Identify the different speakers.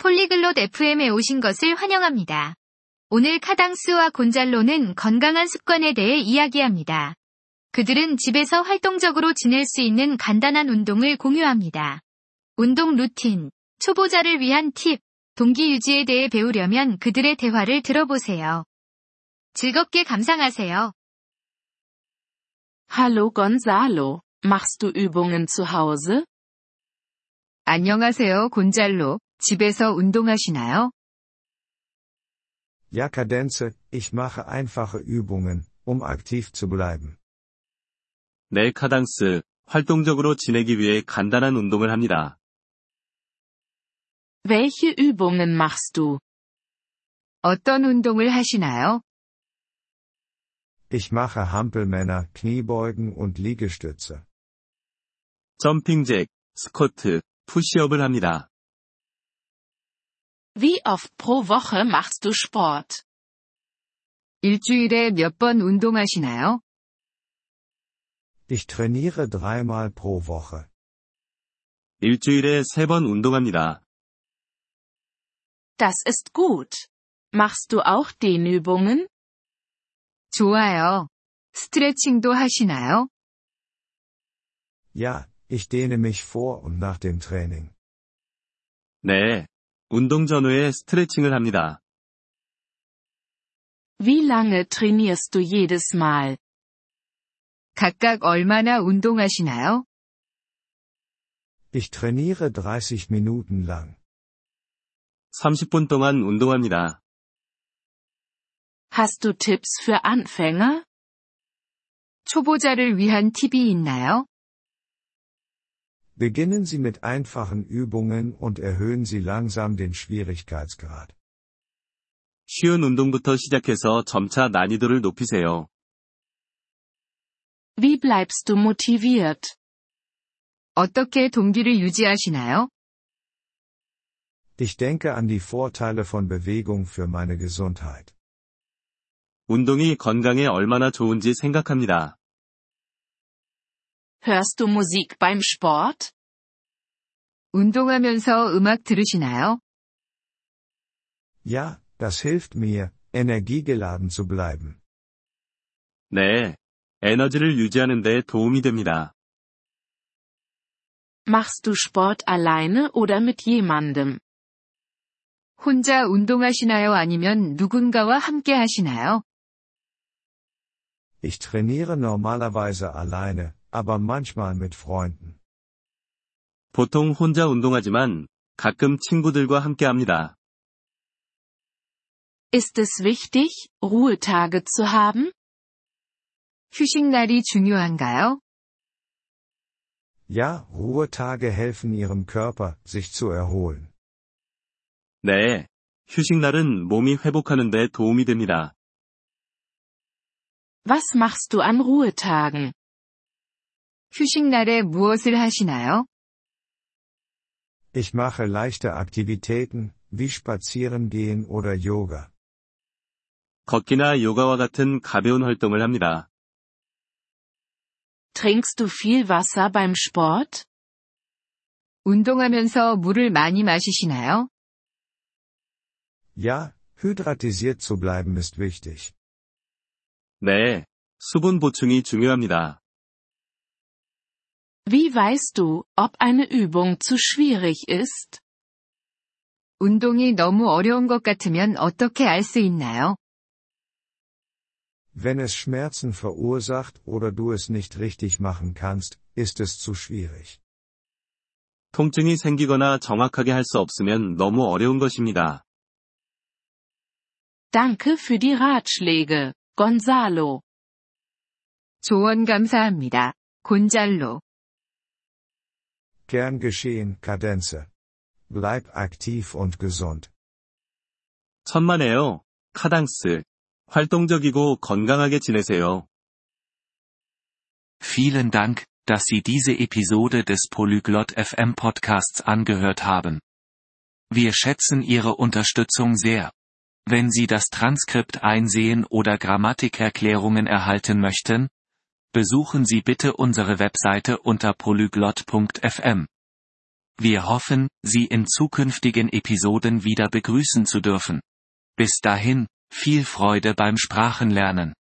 Speaker 1: 폴리글롯 FM에 오신 것을 환영합니다. 오늘 카당스와 곤잘로는 건강한 습관에 대해 이야기합니다. 그들은 집에서 활동적으로 지낼 수 있는 간단한 운동을 공유합니다. 운동 루틴, 초보자를 위한 팁, 동기 유지에 대해 배우려면 그들의 대화를 들어보세요. 즐겁게 감상하세요.
Speaker 2: Hallo Gonzalo, machst du Übungen zu Hause?
Speaker 1: 안녕하세요, 곤잘로. 집에서 운동하시나요?
Speaker 3: Ja, Kadenze, ich mache einfache Übungen, um aktiv zu bleiben.
Speaker 4: 네, 카당스. 활동적으로 지내기 위해 간단한 운동을 합니다.
Speaker 2: Welche Übungen machst du?
Speaker 1: 어떤 운동을 하시나요?
Speaker 3: Ich mache Hampelmänner, Kniebeugen und Liegestütze.
Speaker 4: 점핑잭, 스쿼트, 푸시업을 합니다.
Speaker 2: Wie oft pro Woche machst du Sport?
Speaker 1: 일주일에 몇 번 운동하시나요?
Speaker 3: Ich trainiere dreimal pro Woche.
Speaker 4: 일주일에 세 번 운동합니다.
Speaker 2: Das ist gut. Machst du auch Dehnübungen?
Speaker 1: 좋아요. 스트레칭도 하시나요?
Speaker 3: Ja, ich dehne mich vor und nach dem Training.
Speaker 4: 네. 운동 전후에 스트레칭을 합니다.
Speaker 2: Wie lange trainierst du jedes Mal?
Speaker 1: 각각 얼마나 운동하시나요?
Speaker 3: Ich trainiere 30 Minuten lang.
Speaker 4: 30분 동안 운동합니다.
Speaker 2: Hast du Tipps für Anfänger?
Speaker 1: 초보자를 위한 팁이 있나요?
Speaker 3: Beginnen Sie mit einfachen Übungen und erhöhen Sie langsam den Schwierigkeitsgrad.
Speaker 4: 쉬운 운동부터 시작해서 점차 난이도를 높이세요.
Speaker 2: Wie bleibst du motiviert?
Speaker 1: 어떻게 동기를 유지하시나요?
Speaker 3: Ich denke an die Vorteile von Bewegung für meine Gesundheit.
Speaker 4: 운동이 건강에 얼마나 좋은지 생각합니다.
Speaker 2: Hörst du Musik beim Sport?
Speaker 1: 운동하면서 음악 들으시나요?
Speaker 3: Ja, das hilft mir, energiegeladen zu bleiben.
Speaker 4: 네. 에너지를 유지하는 데 도움이 됩니다.
Speaker 2: Machst du Sport alleine oder mit jemandem?
Speaker 1: 혼자 운동하시나요? 아니면 누군가와 함께 하시나요?
Speaker 3: Ich trainiere normalerweise alleine, aber manchmal mit Freunden.
Speaker 4: 보통 혼자 운동하지만 가끔 친구들과 함께 합니다.
Speaker 2: Ist es wichtig, Ruhetage zu haben?
Speaker 1: 휴식날이 중요한가요?
Speaker 3: Ja, Ruhetage helfen Ihrem Körper, sich zu erholen.
Speaker 4: 네. 휴식날은 몸이 회복하는 데 도움이 됩니다.
Speaker 2: Was machst du an Ruhetagen?
Speaker 1: 휴식날에 무엇을 하시나요?
Speaker 3: Ich mache leichte Aktivitäten, wie Spazierengehen oder Yoga.
Speaker 4: 걷기나 요가와 같은 가벼운 활동을 합니다.
Speaker 2: Trinkst du viel Wasser beim Sport?
Speaker 1: 운동하면서 물을 많이 마시시나요?
Speaker 3: Ja, hydratisiert zu bleiben ist wichtig.
Speaker 4: 네. 수분 보충이 중요합니다.
Speaker 2: Wie weißt du, ob eine Übung zu schwierig ist?
Speaker 1: 운동이 너무 어려운 것 같으면 어떻게 알 수 있나요?
Speaker 3: Wenn es Schmerzen verursacht oder du es nicht richtig machen kannst, ist es zu schwierig.
Speaker 4: 통증이 생기거나 정확하게 할 수 없으면 너무 어려운 것입니다.
Speaker 2: Danke für die Ratschläge, Gonzalo.
Speaker 1: 조언 감사합니다. 곤잘로.
Speaker 3: Gern geschehen, Kadenze. Bleib aktiv und gesund.
Speaker 4: 천만에요. 카당스. 활동적이고 건강하게 지내세요.
Speaker 5: Vielen Dank, dass Sie diese Episode des Polyglot FM Podcasts angehört haben. Wir schätzen Ihre Unterstützung sehr. Wenn Sie das Transkript einsehen oder Grammatikerklärungen erhalten möchten, besuchen Sie bitte unsere Webseite unter polyglot.fm. Wir hoffen, Sie in zukünftigen Episoden wieder begrüßen zu dürfen. Bis dahin, viel Freude beim Sprachenlernen.